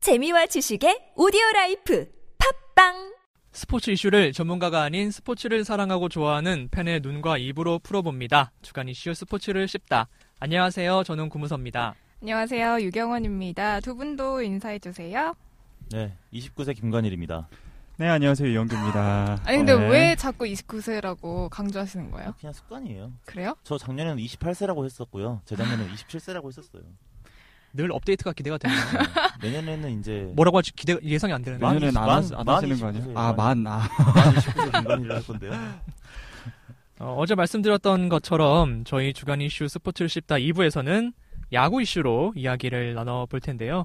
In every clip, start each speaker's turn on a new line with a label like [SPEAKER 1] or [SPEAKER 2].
[SPEAKER 1] 재미와 지식의 오디오 라이프 팝빵
[SPEAKER 2] 스포츠 이슈를 전문가가 아닌 스포츠를 사랑하고 좋아하는 팬의 눈과 입으로 풀어봅니다. 주간 이슈 스포츠를 씹다. 안녕하세요. 저는 구무섭입니다.
[SPEAKER 3] 안녕하세요. 유경원입니다. 두 분도 인사해주세요.
[SPEAKER 4] 네, 29세 김관일입니다.
[SPEAKER 5] 네, 안녕하세요. 이영규입니다.
[SPEAKER 3] 아니, 근데
[SPEAKER 5] 네.
[SPEAKER 3] 왜 자꾸 29세라고 강조하시는 거예요?
[SPEAKER 4] 그냥 습관이에요.
[SPEAKER 3] 그래요?
[SPEAKER 4] 저 작년에는 28세라고 했었고요. 재작년에는 27세라고 했었어요.
[SPEAKER 2] 늘 업데이트가 기대가 되네요.
[SPEAKER 4] 네, 내년에는 이제
[SPEAKER 2] 뭐라고 할지 기대 예상이 안 되는데.
[SPEAKER 4] 만-
[SPEAKER 5] 내년엔 안,
[SPEAKER 4] 만-
[SPEAKER 5] 하시, 안
[SPEAKER 4] 만
[SPEAKER 5] 하시는 거 아니에요?
[SPEAKER 4] 29세요.
[SPEAKER 5] 아, 만, 아.
[SPEAKER 4] 29세 김관일을 할 건데요.
[SPEAKER 2] 어, 제 말씀드렸던 것처럼 저희 주간 이슈 스포츠를 씹다 2부에서는 야구 이슈로 이야기를 나눠볼 텐데요.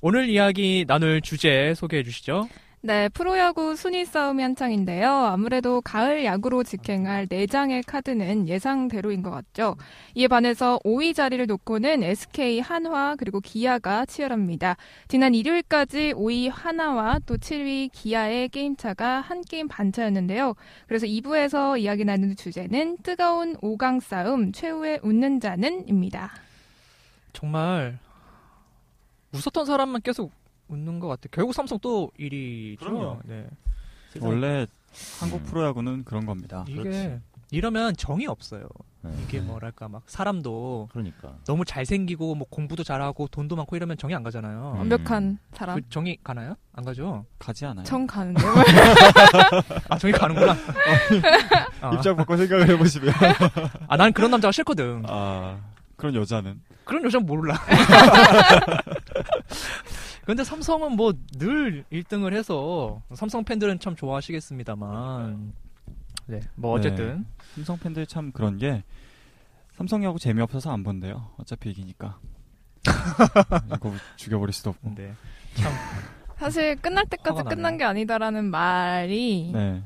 [SPEAKER 2] 오늘 이야기 나눌 주제 소개해 주시죠.
[SPEAKER 3] 네, 프로야구 순위 싸움이 한창인데요. 아무래도 가을 야구로 직행할 4장의 카드는 예상대로인 것 같죠. 이에 반해서 5위 자리를 놓고는 SK, 한화, 그리고 기아가 치열합니다. 지난 일요일까지 5위 하나와 또 7위 기아의 게임차가 한 게임 반차였는데요. 그래서 2부에서 이야기 나누는 주제는 뜨거운 5강 싸움, 최후의 웃는 자는입니다.
[SPEAKER 2] 정말 웃었던 사람만 계속 웃는 것 같아요. 결국 삼성 또 1위죠.
[SPEAKER 4] 그럼요.
[SPEAKER 2] 네.
[SPEAKER 4] 세상에.
[SPEAKER 5] 원래 한국
[SPEAKER 4] 음.
[SPEAKER 5] 프로야구는 아, 그런 겁니다.
[SPEAKER 2] 이게
[SPEAKER 4] 그렇지.
[SPEAKER 2] 이러면 정이 없어요.
[SPEAKER 4] 네.
[SPEAKER 2] 이게 뭐랄까 막 사람도
[SPEAKER 4] 그러니까.
[SPEAKER 2] 너무 잘생기고 뭐 공부도 잘하고 돈도 많고 이러면 정이 안 가잖아요.
[SPEAKER 4] 음.
[SPEAKER 3] 완벽한 사람.
[SPEAKER 2] 그 정이 가나요? 안 가죠.
[SPEAKER 5] 가지 않아요?
[SPEAKER 3] 정 가는데.
[SPEAKER 2] 아 정이 가는구나. 아,
[SPEAKER 5] 입장 바꿔 생각을 해보시면.
[SPEAKER 2] 아, 난 그런 남자가 싫거든.
[SPEAKER 5] 아, 그런 여자는.
[SPEAKER 2] 그런 여자 몰라. 근데 삼성은 뭐 늘 1등을 해서 삼성 팬들은 참 좋아하시겠습니다만. 네, 뭐 어쨌든
[SPEAKER 5] 삼성 팬들이 참 그런 게, 삼성이 하고 재미없어서 안 본대요. 어차피 이기니까. 이거 죽여버릴 수도 없고.
[SPEAKER 2] 네.
[SPEAKER 3] 사실 끝날 때까지
[SPEAKER 2] 화가 나네요.
[SPEAKER 3] 끝난 게 아니다라는 말이
[SPEAKER 5] 네.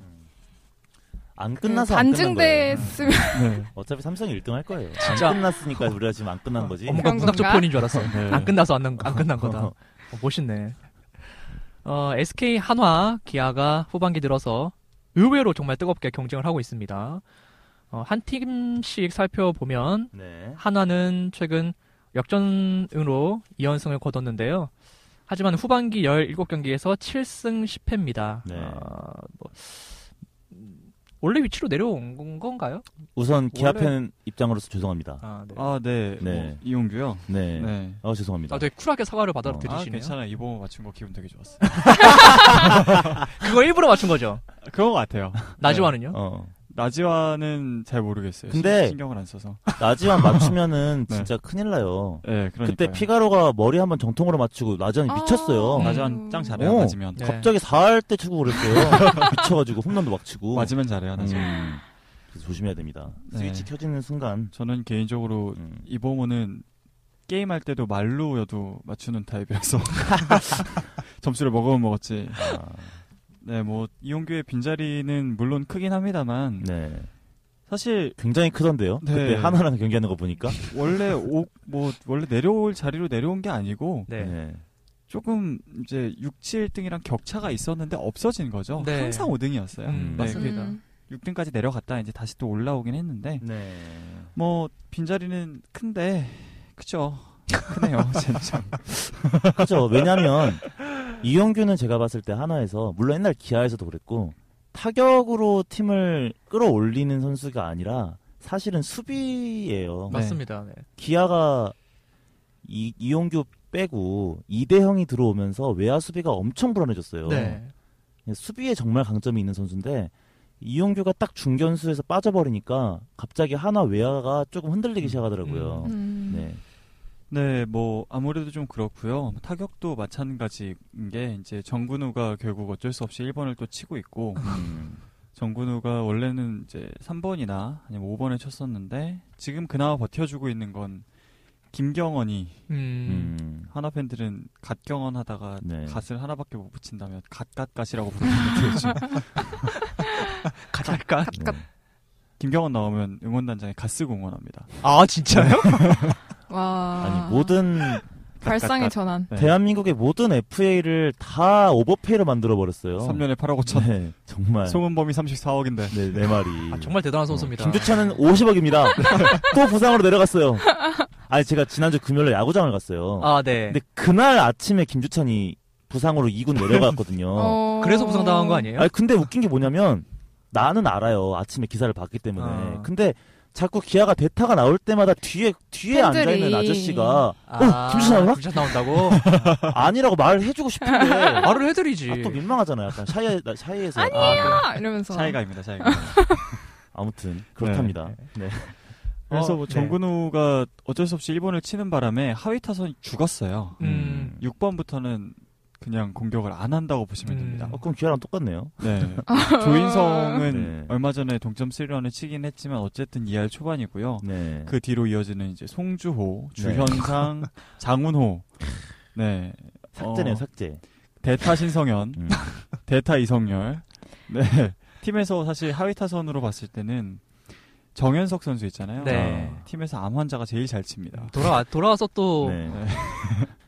[SPEAKER 4] 안 끝나서 안 끝난 거예요.
[SPEAKER 3] 반증됐으면
[SPEAKER 5] 네.
[SPEAKER 4] 어차피 삼성이 1등 할 거예요.
[SPEAKER 2] 진짜.
[SPEAKER 4] 안 끝났으니까 우리가 지금 안 끝난 거지.
[SPEAKER 2] 어, 뭔가
[SPEAKER 3] 그런
[SPEAKER 2] 문학적
[SPEAKER 3] 건가?
[SPEAKER 2] 표현인 줄 알았어.
[SPEAKER 5] 네.
[SPEAKER 2] 안 끝나서 안, 난- 안 끝난 거다. 어, 멋있네. 어, SK 한화 기아가 후반기 들어서 의외로 정말 뜨겁게 경쟁을 하고 있습니다. 어, 한 팀씩 살펴보면
[SPEAKER 4] 네.
[SPEAKER 2] 한화는 최근 역전으로 2연승을 거뒀는데요. 하지만 후반기 17경기에서 7승 10패입니다. 어, 뭐,
[SPEAKER 4] 네.
[SPEAKER 2] 원래 위치로 내려온 건가요?
[SPEAKER 4] 우선 기아
[SPEAKER 2] 원래-
[SPEAKER 4] 팬 입장으로서 죄송합니다.
[SPEAKER 2] 아, 네.
[SPEAKER 5] 아, 네.
[SPEAKER 4] 네.
[SPEAKER 5] 뭐, 이용규요.
[SPEAKER 4] 네.
[SPEAKER 5] 네.
[SPEAKER 4] 어, 죄송합니다.
[SPEAKER 2] 아, 되게 쿨하게 사과를 받아들이시네요.
[SPEAKER 5] 아, 괜찮아요. 이 부분 맞춘 거 기분 되게 좋았어요.
[SPEAKER 2] 그거 일부러 맞춘 거죠?
[SPEAKER 5] 그런 것 같아요.
[SPEAKER 2] 나지와는요?
[SPEAKER 4] 어.
[SPEAKER 5] 나지와는 잘 모르겠어요.
[SPEAKER 4] 근데-
[SPEAKER 5] 신- 신경을 안 써서.
[SPEAKER 4] 나지만 맞추면은
[SPEAKER 5] 네.
[SPEAKER 4] 진짜 큰일 나요.
[SPEAKER 5] 네, 그러니까.
[SPEAKER 4] 그때 피가로가 머리 한번 정통으로 맞추고 나전
[SPEAKER 3] 아.
[SPEAKER 4] 미쳤어요.
[SPEAKER 2] 음.
[SPEAKER 5] 나지완 짱 잘해요.
[SPEAKER 4] 오.
[SPEAKER 5] 맞으면.
[SPEAKER 2] 네.
[SPEAKER 4] 갑자기 4할 때 치고 그랬어요. 미쳐가지고 홈런도 막 치고.
[SPEAKER 5] 맞으면 잘해요. 나지
[SPEAKER 4] 음. 그래서 조심해야 됩니다.
[SPEAKER 5] 네.
[SPEAKER 4] 스위치 켜지는 순간.
[SPEAKER 5] 저는 개인적으로
[SPEAKER 4] 음.
[SPEAKER 5] 이봉호는 게임 할 때도 말로여도 맞추는 타입이라서 점수를 먹으면 먹었지.
[SPEAKER 4] 아,
[SPEAKER 5] 네, 뭐 이용규의 빈자리는 물론 크긴 합니다만
[SPEAKER 4] 네.
[SPEAKER 5] 사실
[SPEAKER 4] 굉장히 크던데요.
[SPEAKER 5] 네.
[SPEAKER 4] 그때 하나랑 경기하는 거 보니까.
[SPEAKER 5] 원래 오, 뭐 원래 내려올 자리로 내려온 게 아니고
[SPEAKER 2] 네.
[SPEAKER 5] 조금 이제 6, 7등이랑 격차가 있었는데 없어진 거죠.
[SPEAKER 2] 네.
[SPEAKER 5] 항상 5등이었어요.
[SPEAKER 2] 음,
[SPEAKER 4] 네.
[SPEAKER 2] 맞습니다.
[SPEAKER 3] 음,
[SPEAKER 5] 6등까지 내려갔다 이제 다시 또 올라오긴 했는데
[SPEAKER 4] 네.
[SPEAKER 5] 뭐 빈자리는 큰데 그죠? 크네요, 진짜.
[SPEAKER 4] 그죠. 왜냐면, 이용규는 제가 봤을 때 하나에서, 물론 옛날 기아에서도 그랬고, 타격으로 팀을 끌어올리는 선수가 아니라, 사실은 수비예요.
[SPEAKER 2] 맞습니다. 네.
[SPEAKER 4] 기아가 이, 이용규 빼고, 이대형이 들어오면서 외야 수비가 엄청 불안해졌어요. 예,
[SPEAKER 2] 네.
[SPEAKER 4] 수비에 정말 강점이 있는 선수인데 이용규가 딱 중견수에서 빠져버리니까 갑자기 하나 외야가 조금 흔들리기 시작하더라고요.
[SPEAKER 3] 음.
[SPEAKER 4] 네,
[SPEAKER 5] 네, 뭐 아무래도 좀 그렇고요. 뭐, 타격도 마찬가지인 게 이제 정근우가 결국 어쩔 수 없이 1번을 또 치고 있고
[SPEAKER 4] 음,
[SPEAKER 5] 정근우가 원래는 이제 3번이나 아니면 5번에 쳤었는데 지금 그나마 버텨주고 있는 건 김경원이
[SPEAKER 2] 음.
[SPEAKER 4] 음.
[SPEAKER 5] 하나 팬들은 갓경원 하다가
[SPEAKER 4] 네.
[SPEAKER 5] 갓을 하나밖에 못 붙인다면 갓갓갓이라고 부르는데 지금
[SPEAKER 2] 가잘까?
[SPEAKER 3] 갑갑.
[SPEAKER 4] 네.
[SPEAKER 5] 김경원 나오면 응원단장에 갓 쓰고 응원합니다.
[SPEAKER 2] 아, 진짜요?
[SPEAKER 3] 와.
[SPEAKER 4] 아니 모든
[SPEAKER 3] 발상의 전환.
[SPEAKER 5] 네.
[SPEAKER 4] 대한민국의 모든 FA를 다 오버페이로 만들어 버렸어요.
[SPEAKER 5] 3년에 8억 5천.
[SPEAKER 4] 네, 정말.
[SPEAKER 5] 송은범이 34억인데.
[SPEAKER 4] 네, 내 말이.
[SPEAKER 2] 아, 정말 대단한 선수입니다.
[SPEAKER 4] 김주찬은 50억입니다. 또 부상으로 내려갔어요. 아니 제가 지난주 금요일에 야구장을 갔어요.
[SPEAKER 2] 아, 네.
[SPEAKER 4] 근데 그날 아침에 김주찬이 부상으로 2군 내려갔거든요.
[SPEAKER 3] 어.
[SPEAKER 2] 그래서 부상당한 거 아니에요?
[SPEAKER 4] 아니 근데 웃긴 게 뭐냐면 나는 알아요. 아침에 기사를 봤기 때문에.
[SPEAKER 2] 아.
[SPEAKER 4] 근데 자꾸 기아가 대타가 나올 때마다 뒤에 뒤에
[SPEAKER 3] 팬들이.
[SPEAKER 4] 앉아 있는 아저씨가
[SPEAKER 2] 아,
[SPEAKER 4] 어, 김신아 나와?
[SPEAKER 2] 김신아 나온다고?
[SPEAKER 4] 아니라고 말해주고 싶은데
[SPEAKER 2] 말을 해드리지.
[SPEAKER 4] 아, 또 민망하잖아요. 약간 샤이 나- 샤이해서
[SPEAKER 2] 아,
[SPEAKER 3] 아니!
[SPEAKER 2] 그래.
[SPEAKER 3] 아, 이러면서
[SPEAKER 5] 차이가입니다,
[SPEAKER 2] 어,
[SPEAKER 5] 차이가.
[SPEAKER 4] 아무튼 그렇답니다. 네.
[SPEAKER 5] 그래서
[SPEAKER 2] 어,
[SPEAKER 5] 뭐
[SPEAKER 2] 네.
[SPEAKER 5] 정근우가 어쩔 수 없이 일본을 치는 바람에 하위 타선이 죽었어요.
[SPEAKER 2] 음.
[SPEAKER 5] 6번부터는 그냥 공격을 안 한다고
[SPEAKER 2] 음.
[SPEAKER 5] 보시면 됩니다.
[SPEAKER 4] 어, 그럼 기아랑 똑같네요.
[SPEAKER 5] 네. 조인성은
[SPEAKER 4] 네.
[SPEAKER 5] 얼마 전에 동점 스리런을 치긴 했지만 어쨌든 2할 초반이고요.
[SPEAKER 4] 네.
[SPEAKER 5] 그 뒤로 이어지는 이제 송주호, 주현상, 장훈호, 네
[SPEAKER 4] 삭제네요,
[SPEAKER 5] 어,
[SPEAKER 4] 삭제.
[SPEAKER 5] 대타 신성현,
[SPEAKER 4] 음.
[SPEAKER 5] 대타 이성열, 네 팀에서 사실 하위 타선으로 봤을 때는 정현석 선수 있잖아요.
[SPEAKER 2] 네.
[SPEAKER 5] 아, 팀에서 암 환자가 제일 잘 칩니다.
[SPEAKER 2] 돌아와 돌아와서 또
[SPEAKER 4] 음.
[SPEAKER 2] 아,
[SPEAKER 4] 네.
[SPEAKER 5] 네.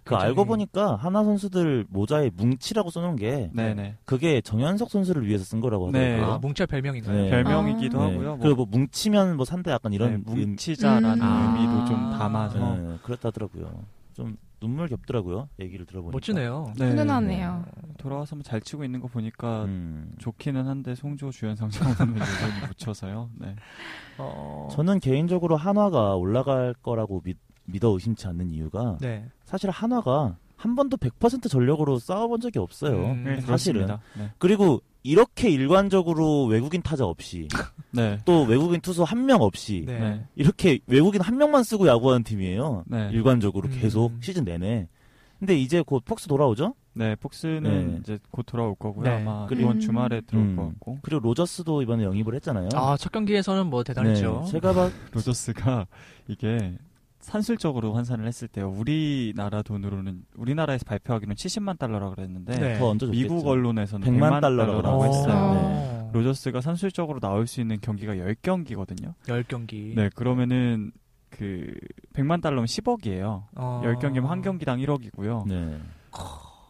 [SPEAKER 4] 그 알고 보니까 하나 선수들 모자에 뭉치라고 써놓은 게
[SPEAKER 5] 네네.
[SPEAKER 4] 그게 정현석 선수를 위해서 쓴 거라고
[SPEAKER 5] 네.
[SPEAKER 2] 아,
[SPEAKER 4] 하더라고요.
[SPEAKER 2] 뭉철 별명인가요?
[SPEAKER 4] 네.
[SPEAKER 5] 별명이기도
[SPEAKER 3] 아.
[SPEAKER 4] 네.
[SPEAKER 5] 하고요. 뭐,
[SPEAKER 4] 그리고 뭐 뭉치면 뭐 산다 약간
[SPEAKER 5] 네,
[SPEAKER 4] 이런 음-
[SPEAKER 5] 뭉치자라는 어.
[SPEAKER 3] 음.
[SPEAKER 5] 의미도 좀
[SPEAKER 3] 아.
[SPEAKER 5] 담아서
[SPEAKER 4] 네, 그렇다더라고요. 좀 눈물 겹더라고요. 얘기를 들어보니까.
[SPEAKER 2] 멋지네요.
[SPEAKER 5] 네,
[SPEAKER 3] 훈훈하네요.
[SPEAKER 5] 돌아와서 잘 치고 있는 거 보니까
[SPEAKER 4] 음.
[SPEAKER 5] 좋기는 한데 송조 주현상 장훈을 여전히 묻혀서요. 네.
[SPEAKER 2] 어...
[SPEAKER 4] 저는 개인적으로 한화가 올라갈 거라고 믿, 믿어 의심치 않는 이유가
[SPEAKER 2] 네.
[SPEAKER 4] 사실 한화가 한 번도 100% 전력으로 싸워본 적이 없어요.
[SPEAKER 2] 음,
[SPEAKER 5] 네,
[SPEAKER 4] 사실은.
[SPEAKER 5] 그렇습니다. 네.
[SPEAKER 4] 그리고 이렇게 일관적으로 외국인 타자 없이
[SPEAKER 5] 네.
[SPEAKER 4] 또 외국인 투수 한 명 없이
[SPEAKER 2] 네.
[SPEAKER 5] 네.
[SPEAKER 4] 이렇게 외국인 한 명만 쓰고 야구하는 팀이에요.
[SPEAKER 5] 네.
[SPEAKER 4] 일관적으로
[SPEAKER 2] 음.
[SPEAKER 4] 계속 시즌 내내. 근데 이제 곧 폭스 돌아오죠?
[SPEAKER 5] 네, 폭스는
[SPEAKER 4] 네.
[SPEAKER 5] 이제 곧 돌아올 거고요.
[SPEAKER 2] 네.
[SPEAKER 5] 아마
[SPEAKER 4] 그리고-
[SPEAKER 5] 이번 주말에 들어올
[SPEAKER 4] 음.
[SPEAKER 5] 것 같고.
[SPEAKER 4] 그리고 로저스도 이번에 영입을 했잖아요.
[SPEAKER 2] 아, 첫 경기에서는 뭐 대단했죠.
[SPEAKER 4] 네, 제가 봐
[SPEAKER 5] 로저스가 이게 산술적으로 환산을 했을 때요. 우리나라 돈으로는 우리나라에서 발표하기로는 70만 달러라고 그랬는데
[SPEAKER 2] 네.
[SPEAKER 4] 더 얹어줬겠죠.
[SPEAKER 5] 미국 언론에서는 100만,
[SPEAKER 4] 100만 달러라고
[SPEAKER 5] 달러라고 했어요.
[SPEAKER 4] 했어요.
[SPEAKER 2] 아.
[SPEAKER 4] 네.
[SPEAKER 5] 로저스가 산술적으로 나올 수 있는 경기가 10경기거든요.
[SPEAKER 4] 예.
[SPEAKER 2] 10경기.
[SPEAKER 5] 네, 그러면은 그 100만 달러면 10억이에요.
[SPEAKER 2] 어.
[SPEAKER 5] 10경기면 한 경기당 1억이고요.
[SPEAKER 4] 아. 네.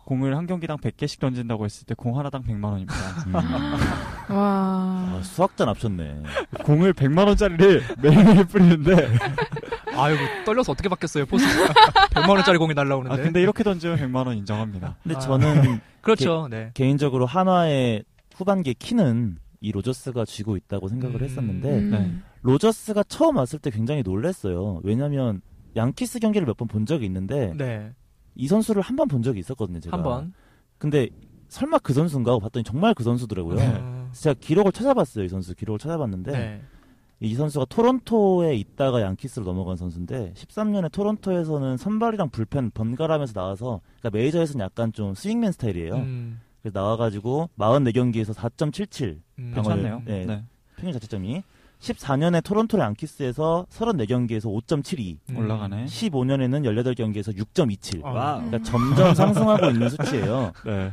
[SPEAKER 5] 공을 한 경기당 100개씩 던진다고 했을 때 공 하나당 100만 원입니다.
[SPEAKER 4] 음.
[SPEAKER 3] 와.
[SPEAKER 4] 아, 수학자 납셨네.
[SPEAKER 5] 공을 100만 원짜리를 매일매일 뿌리는데
[SPEAKER 2] 아이고, 떨려서 어떻게 바뀌었어요, 포스. 100만 원짜리 공이
[SPEAKER 4] 네.
[SPEAKER 2] 날라오는데.
[SPEAKER 5] 아, 근데 이렇게 던지면 100만 원 인정합니다.
[SPEAKER 4] 근데
[SPEAKER 2] 아.
[SPEAKER 4] 저는
[SPEAKER 2] 그렇죠. 네.
[SPEAKER 4] 개인적으로 한화의 후반기에 키는 이 로저스가 쥐고 있다고
[SPEAKER 2] 음.
[SPEAKER 4] 생각을 했었는데
[SPEAKER 3] 음.
[SPEAKER 5] 네.
[SPEAKER 4] 로저스가 처음 왔을 때 굉장히 놀랐어요. 왜냐면 양키스 경기를 몇 번 본 적이 있는데
[SPEAKER 2] 네.
[SPEAKER 4] 이 선수를 한 번 본 적이 있었거든요. 제가.
[SPEAKER 2] 한 번.
[SPEAKER 4] 근데 설마 그 선수인가 하고 봤더니 정말 그 선수더라고요.
[SPEAKER 2] 음,
[SPEAKER 4] 제가 기록을 찾아봤어요. 이 선수 기록을 찾아봤는데
[SPEAKER 2] 네.
[SPEAKER 4] 이 선수가 토론토에 있다가 양키스로 넘어간 선수인데 13년에 토론토에서는 선발이랑 불펜 번갈아면서 나와서 그러니까 메이저에서는 약간 좀 스윙맨 스타일이에요.
[SPEAKER 2] 음,
[SPEAKER 4] 그래서 나와가지고 44경기에서 4.77
[SPEAKER 2] 음.
[SPEAKER 4] 병을-
[SPEAKER 5] 괜찮네요.
[SPEAKER 4] 네.
[SPEAKER 5] 네.
[SPEAKER 4] 평균 자책점이 14년에 토론토를 양키스에서 34경기에서 5.72
[SPEAKER 2] 음.
[SPEAKER 5] 올라가네.
[SPEAKER 4] 15년에는 18경기에서 6.27
[SPEAKER 2] 아,
[SPEAKER 5] 와우.
[SPEAKER 4] 그러니까 점점 상승하고 있는 수치예요.
[SPEAKER 5] 네.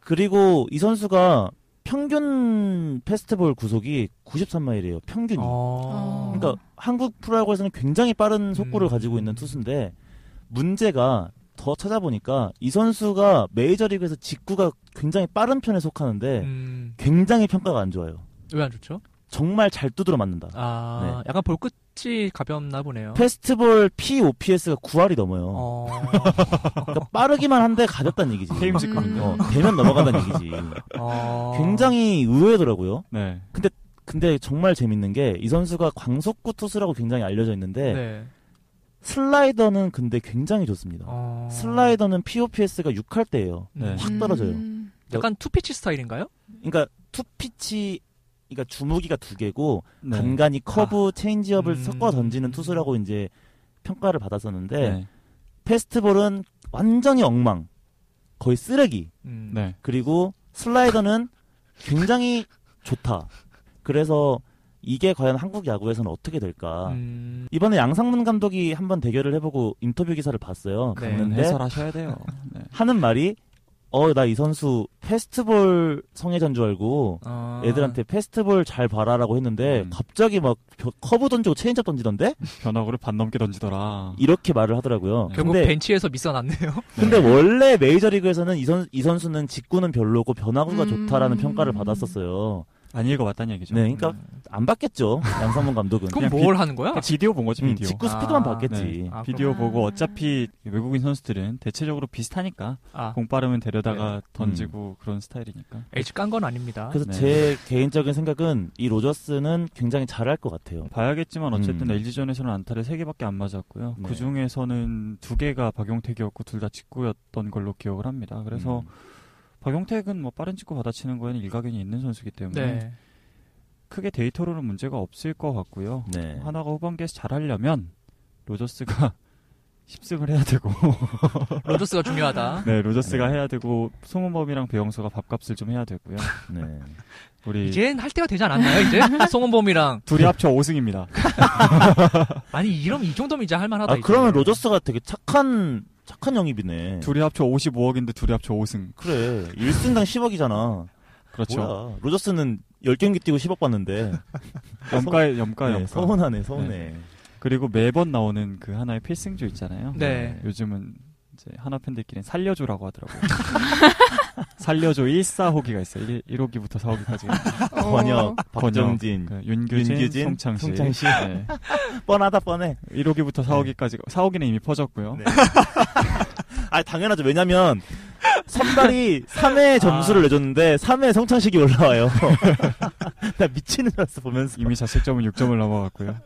[SPEAKER 4] 그리고 이 선수가 평균 페스트볼 구속이 93마일이에요. 평균이.
[SPEAKER 2] 어.
[SPEAKER 4] 그러니까 한국 프로야구에서는 굉장히 빠른 속구를
[SPEAKER 2] 음.
[SPEAKER 4] 가지고 있는 투수인데 문제가 더 찾아보니까 이 선수가 메이저리그에서 직구가 굉장히 빠른 편에 속하는데
[SPEAKER 2] 음,
[SPEAKER 4] 굉장히 평가가 안 좋아요.
[SPEAKER 2] 왜 안 좋죠?
[SPEAKER 4] 정말 잘 두드려 맞는다.
[SPEAKER 2] 아,
[SPEAKER 4] 네.
[SPEAKER 2] 약간 볼끝이 가볍나 보네요.
[SPEAKER 4] 페스트볼 POPS가 9할이 넘어요.
[SPEAKER 2] 어.
[SPEAKER 4] 그러니까 빠르기만 한데 가볍다는 얘기지.
[SPEAKER 5] 테임즈
[SPEAKER 3] 음.
[SPEAKER 5] 군요.
[SPEAKER 4] 어, 되면 넘어간다는 얘기지.
[SPEAKER 2] 어.
[SPEAKER 4] 굉장히 의외더라고요.
[SPEAKER 5] 네.
[SPEAKER 4] 근데 정말 재밌는 게 이 선수가 광속구 투수라고 굉장히 알려져 있는데
[SPEAKER 2] 네.
[SPEAKER 4] 슬라이더는 근데 굉장히 좋습니다.
[SPEAKER 2] 어.
[SPEAKER 4] 슬라이더는 POPS가 6할 때예요.
[SPEAKER 5] 네.
[SPEAKER 4] 확 떨어져요.
[SPEAKER 3] 음.
[SPEAKER 2] 약간 투피치 스타일인가요?
[SPEAKER 4] 그러니까 투피치 그러니까 주무기가 두 개고
[SPEAKER 5] 네.
[SPEAKER 4] 간간이 커브 체인지업을
[SPEAKER 2] 음.
[SPEAKER 4] 섞어 던지는 투수라고 이제 평가를 받았었는데
[SPEAKER 5] 네.
[SPEAKER 4] 페스트볼은 완전히 엉망. 거의 쓰레기.
[SPEAKER 2] 음.
[SPEAKER 5] 네.
[SPEAKER 4] 그리고 슬라이더는 굉장히 좋다. 그래서 이게 과연 한국 야구에서는 어떻게 될까?
[SPEAKER 2] 음.
[SPEAKER 4] 이번에 양상문 감독이 한번 대결을 해보고 인터뷰 기사를 봤어요.
[SPEAKER 2] 네.
[SPEAKER 5] 음,
[SPEAKER 4] 봤는데
[SPEAKER 5] 해설하셔야 돼요. 네.
[SPEAKER 4] 하는 말이 어 나 이 선수 페스트볼 성애자인 줄 알고
[SPEAKER 2] 어.
[SPEAKER 4] 애들한테 페스트볼 잘 봐라라고 했는데
[SPEAKER 5] 음.
[SPEAKER 4] 갑자기 막 벼- 커브 던지고 체인지업 던지던데
[SPEAKER 5] 변화구를 반 넘게 던지더라.
[SPEAKER 4] 이렇게 말을 하더라고요.
[SPEAKER 2] 음. 결국
[SPEAKER 4] 근데
[SPEAKER 2] 벤치에서 미쳐났네요.
[SPEAKER 4] 근데 원래 메이저리그에서는 이, 선, 이 선수는 직구는 별로고 변화구가
[SPEAKER 3] 음.
[SPEAKER 4] 좋다라는 평가를 받았었어요.
[SPEAKER 5] 안 읽어봤다는 얘기죠.
[SPEAKER 4] 네, 그러니까
[SPEAKER 2] 음.
[SPEAKER 4] 안 받겠죠. 양상문 감독은.
[SPEAKER 2] 그럼
[SPEAKER 5] 그렇죠. 그냥
[SPEAKER 2] 뭘 하는 거야?
[SPEAKER 5] 그냥 비디오 본 거지
[SPEAKER 4] 음,
[SPEAKER 5] 비디오.
[SPEAKER 4] 직구 스피드만
[SPEAKER 2] 아,
[SPEAKER 4] 받겠지.
[SPEAKER 5] 네.
[SPEAKER 2] 아,
[SPEAKER 5] 비디오
[SPEAKER 3] 그럼-
[SPEAKER 5] 보고
[SPEAKER 3] 아.
[SPEAKER 5] 어차피 외국인 선수들은 대체적으로 비슷하니까
[SPEAKER 2] 아,
[SPEAKER 5] 공 빠르면 데려다가
[SPEAKER 4] 네. 음.
[SPEAKER 5] 던지고 그런 스타일이니까.
[SPEAKER 2] H 깐 건 아닙니다.
[SPEAKER 4] 그래서
[SPEAKER 5] 네.
[SPEAKER 4] 제 개인적인 생각은 이 로저스는 굉장히 잘할 것 같아요.
[SPEAKER 5] 봐야겠지만 어쨌든
[SPEAKER 4] 음.
[SPEAKER 5] LG전에서는 안타를 3개밖에 안 맞았고요.
[SPEAKER 4] 네.
[SPEAKER 5] 그 중에서는 2개가 박용택이었고 둘 다 직구였던 걸로 기억을 합니다. 그래서
[SPEAKER 4] 음.
[SPEAKER 5] 박용택은 뭐 빠른 직구 받아치는 거에는 일가견이 있는 선수이기 때문에
[SPEAKER 2] 네.
[SPEAKER 5] 크게 데이터로는 문제가 없을 것 같고요.
[SPEAKER 4] 네.
[SPEAKER 5] 하나가 후반기에서 잘하려면 로저스가 10승을 해야 되고
[SPEAKER 2] 로저스가 중요하다.
[SPEAKER 5] 네 로저스가
[SPEAKER 4] 네.
[SPEAKER 5] 해야 되고 송은범이랑 배영수가 밥값을 좀 해야 되고요.
[SPEAKER 4] 네.
[SPEAKER 5] 우리
[SPEAKER 2] 이젠 할 때가 되지 않았나요, 이제? 송은범이랑.
[SPEAKER 4] 네.
[SPEAKER 5] 둘이 합쳐 5승입니다.
[SPEAKER 2] 아니, 이러면 이 정도면 이제 할만하다.
[SPEAKER 4] 아,
[SPEAKER 2] 이제.
[SPEAKER 4] 그러면 로저스가 되게 착한, 착한 영입이네.
[SPEAKER 5] 둘이 합쳐 55억인데 둘이 합쳐 5승.
[SPEAKER 4] 그래. 1승당 10억이잖아.
[SPEAKER 5] 그렇죠.
[SPEAKER 4] 뭐야. 로저스는 10경기 뛰고 10억 받는데.
[SPEAKER 5] 염가에 염가 염가.
[SPEAKER 4] 네, 서운하네, 서운해.
[SPEAKER 5] 그리고 매번 나오는 그 하나의 필승조 있잖아요.
[SPEAKER 2] 네.
[SPEAKER 5] 요즘은 이제 하나 팬들끼리 살려줘라고 하더라고요. 살려줘 1, 4호기가 있어요. 1, 1호기부터 4호기까지.
[SPEAKER 4] 권혁, 박정진.
[SPEAKER 5] 그 윤규진,
[SPEAKER 4] 윤규진,
[SPEAKER 5] 송창식.
[SPEAKER 4] 송창식.
[SPEAKER 5] 네.
[SPEAKER 4] 뻔하다, 뻔해.
[SPEAKER 5] 1호기부터 4호기까지. 4호기는 이미 퍼졌고요.
[SPEAKER 4] 네. 아, 당연하죠. 왜냐면, 선발이 3회
[SPEAKER 5] 아.
[SPEAKER 4] 점수를 내줬는데, 3회 성창식이 올라와요. 나 미치는 줄 알았어, 보면서.
[SPEAKER 5] 이미 자책점은 6점을 넘어갔고요.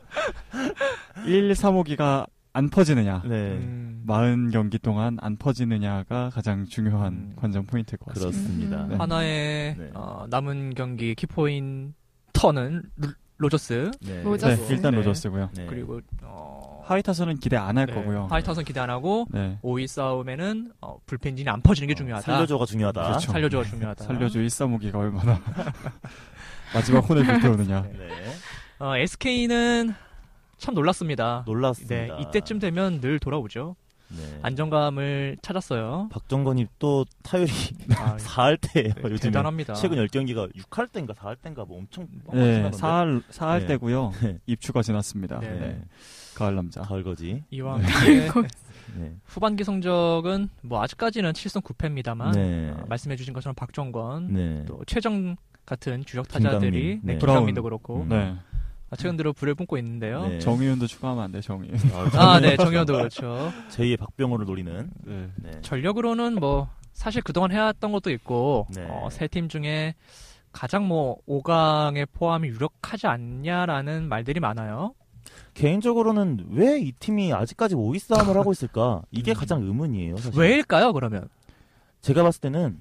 [SPEAKER 5] 1, 3호기가 안 퍼지느냐.
[SPEAKER 4] 네.
[SPEAKER 2] 음,
[SPEAKER 5] 40경기 동안 안 퍼지느냐가 가장 중요한
[SPEAKER 2] 음.
[SPEAKER 5] 관전 포인트일 것 같습니다.
[SPEAKER 4] 그렇습니다.
[SPEAKER 5] 네.
[SPEAKER 2] 하나의
[SPEAKER 4] 네.
[SPEAKER 2] 어, 남은 경기 키포인 터는 루- 로저스.
[SPEAKER 4] 네.
[SPEAKER 3] 로저스.
[SPEAKER 5] 네, 일단
[SPEAKER 2] 네.
[SPEAKER 5] 로저스고요.
[SPEAKER 4] 네.
[SPEAKER 2] 그리고, 어.
[SPEAKER 5] 하위 타선은 기대 안 할
[SPEAKER 2] 네,
[SPEAKER 5] 거고요.
[SPEAKER 2] 하위 타선 기대 안 하고,
[SPEAKER 5] 네.
[SPEAKER 2] 5위 싸움에는 어, 불펜진이 안 퍼지는 게
[SPEAKER 4] 어,
[SPEAKER 2] 중요하다.
[SPEAKER 4] 살려줘가 네. 중요하다.
[SPEAKER 5] 그렇죠.
[SPEAKER 2] 살려줘가 중요하다.
[SPEAKER 5] 살려줘 135기가 얼마나 마지막 혼을 불태우느냐.
[SPEAKER 4] 네.
[SPEAKER 2] 어, SK는 참 놀랐습니다. 네,
[SPEAKER 4] 놀랐습니다.
[SPEAKER 2] 이때쯤 되면 늘 돌아오죠.
[SPEAKER 4] 네.
[SPEAKER 2] 안정감을 찾았어요.
[SPEAKER 4] 박정건이 또 타율이
[SPEAKER 2] 아,
[SPEAKER 4] 4할 때예요.
[SPEAKER 2] 네,
[SPEAKER 4] 요즘에
[SPEAKER 2] 대단합니다.
[SPEAKER 4] 최근 10경기가 6할 때인가 4할 때인가 뭐 엄청
[SPEAKER 5] 네,
[SPEAKER 4] 빡빡하던데.
[SPEAKER 5] 사할 사할
[SPEAKER 4] 네.
[SPEAKER 5] 때고요.
[SPEAKER 4] 네.
[SPEAKER 5] 입추가 지났습니다.
[SPEAKER 2] 네.
[SPEAKER 5] 네.
[SPEAKER 4] 네.
[SPEAKER 5] 가을 남자.
[SPEAKER 4] 가을 거지.
[SPEAKER 2] 이왕 이제
[SPEAKER 4] 네.
[SPEAKER 2] 후반기 성적은 뭐 아직까지는 7승 9패입니다만 어, 아,
[SPEAKER 4] 네.
[SPEAKER 2] 말씀해주신 것처럼 박정권
[SPEAKER 4] 네.
[SPEAKER 2] 또 최정 같은 주력 타자들이
[SPEAKER 4] 김강민, 네.
[SPEAKER 2] 김강민도
[SPEAKER 5] 브라운.
[SPEAKER 2] 그렇고
[SPEAKER 4] 음.
[SPEAKER 5] 네.
[SPEAKER 2] 아, 최근 들어 불을 뿜고 있는데요.
[SPEAKER 4] 네.
[SPEAKER 5] 정의윤도 추가하면 안 돼, 정의윤.
[SPEAKER 2] 아, 네, 정현도 그렇죠.
[SPEAKER 4] 아, 제2의 박병호를 노리는.
[SPEAKER 5] 네.
[SPEAKER 4] 네.
[SPEAKER 2] 전력으로는 뭐 사실 그동안 해왔던 것도 있고
[SPEAKER 4] 네.
[SPEAKER 2] 어, 세 팀 중에 가장 뭐 5강에 포함이 유력하지 않냐라는 말들이 많아요.
[SPEAKER 4] 개인적으로는 왜 이 팀이 아직까지 5위 싸움을 하고 있을까? 이게
[SPEAKER 2] 음.
[SPEAKER 4] 가장 의문이에요. 사실.
[SPEAKER 2] 왜일까요, 그러면?
[SPEAKER 4] 제가 봤을 때는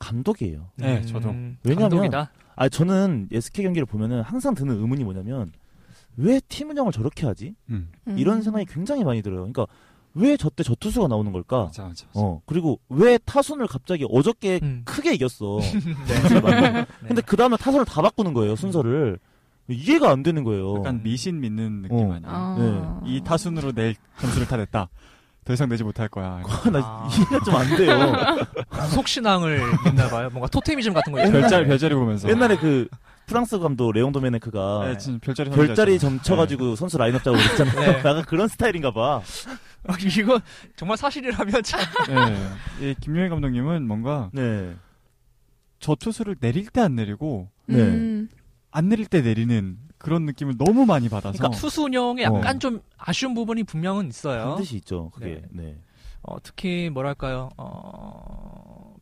[SPEAKER 4] 감독이에요.
[SPEAKER 5] 네, 저도.
[SPEAKER 4] 왜냐면-
[SPEAKER 2] 음, 감독이다.
[SPEAKER 4] 아 저는 SK 경기를 보면은 항상 드는 의문이 뭐냐면 왜 팀 운영을 저렇게 하지?
[SPEAKER 5] 음.
[SPEAKER 4] 이런 생각이 굉장히 많이 들어요. 그러니까 왜 저때 저 투수가 나오는 걸까?
[SPEAKER 5] 맞아, 맞아. 맞아.
[SPEAKER 4] 어 그리고 왜 타순을 갑자기 어저께
[SPEAKER 2] 음.
[SPEAKER 4] 크게 이겼어.
[SPEAKER 2] 네.
[SPEAKER 4] 근데 그 다음에 타선을 다 바꾸는 거예요 순서를 이해가 안 되는 거예요.
[SPEAKER 5] 약간 미신 믿는 느낌
[SPEAKER 4] 어.
[SPEAKER 5] 아니에요?
[SPEAKER 3] 아.
[SPEAKER 5] 이 타순으로 낼 점수를 다 냈다. 더 이상 내지 못할 거야.
[SPEAKER 4] 나 이해가 좀 안 돼요.
[SPEAKER 2] 네. 속신앙을 믿나 봐요. 뭔가 토테미즘 같은 거
[SPEAKER 4] 네.
[SPEAKER 2] 있잖아요.
[SPEAKER 5] 별자리 별자리 보면서.
[SPEAKER 4] 옛날에 그 프랑스 감독 레옹 도메네크가
[SPEAKER 5] 네, 진짜 별자리 선수
[SPEAKER 4] 별자리
[SPEAKER 5] 했잖아.
[SPEAKER 4] 점쳐가지고 선수 라인업 짜고 그랬잖아요.
[SPEAKER 2] 네.
[SPEAKER 4] 약간 그런 스타일인가 봐.
[SPEAKER 2] 어, 이거 정말 사실이라면 참
[SPEAKER 5] 네. 이 김용희 감독님은 뭔가
[SPEAKER 4] 네.
[SPEAKER 5] 저 투수를 내릴 때 안 내리고
[SPEAKER 4] 네.
[SPEAKER 3] 음.
[SPEAKER 5] 안 내릴 때 내리는 그런 느낌을 너무 많이 받아서
[SPEAKER 2] 그러니까 투수 운영에 약간
[SPEAKER 4] 어.
[SPEAKER 2] 좀 아쉬운 부분이 분명은 있어요.
[SPEAKER 4] 반드시 있죠. 그게 네.
[SPEAKER 2] 어, 특히 뭐랄까요 어,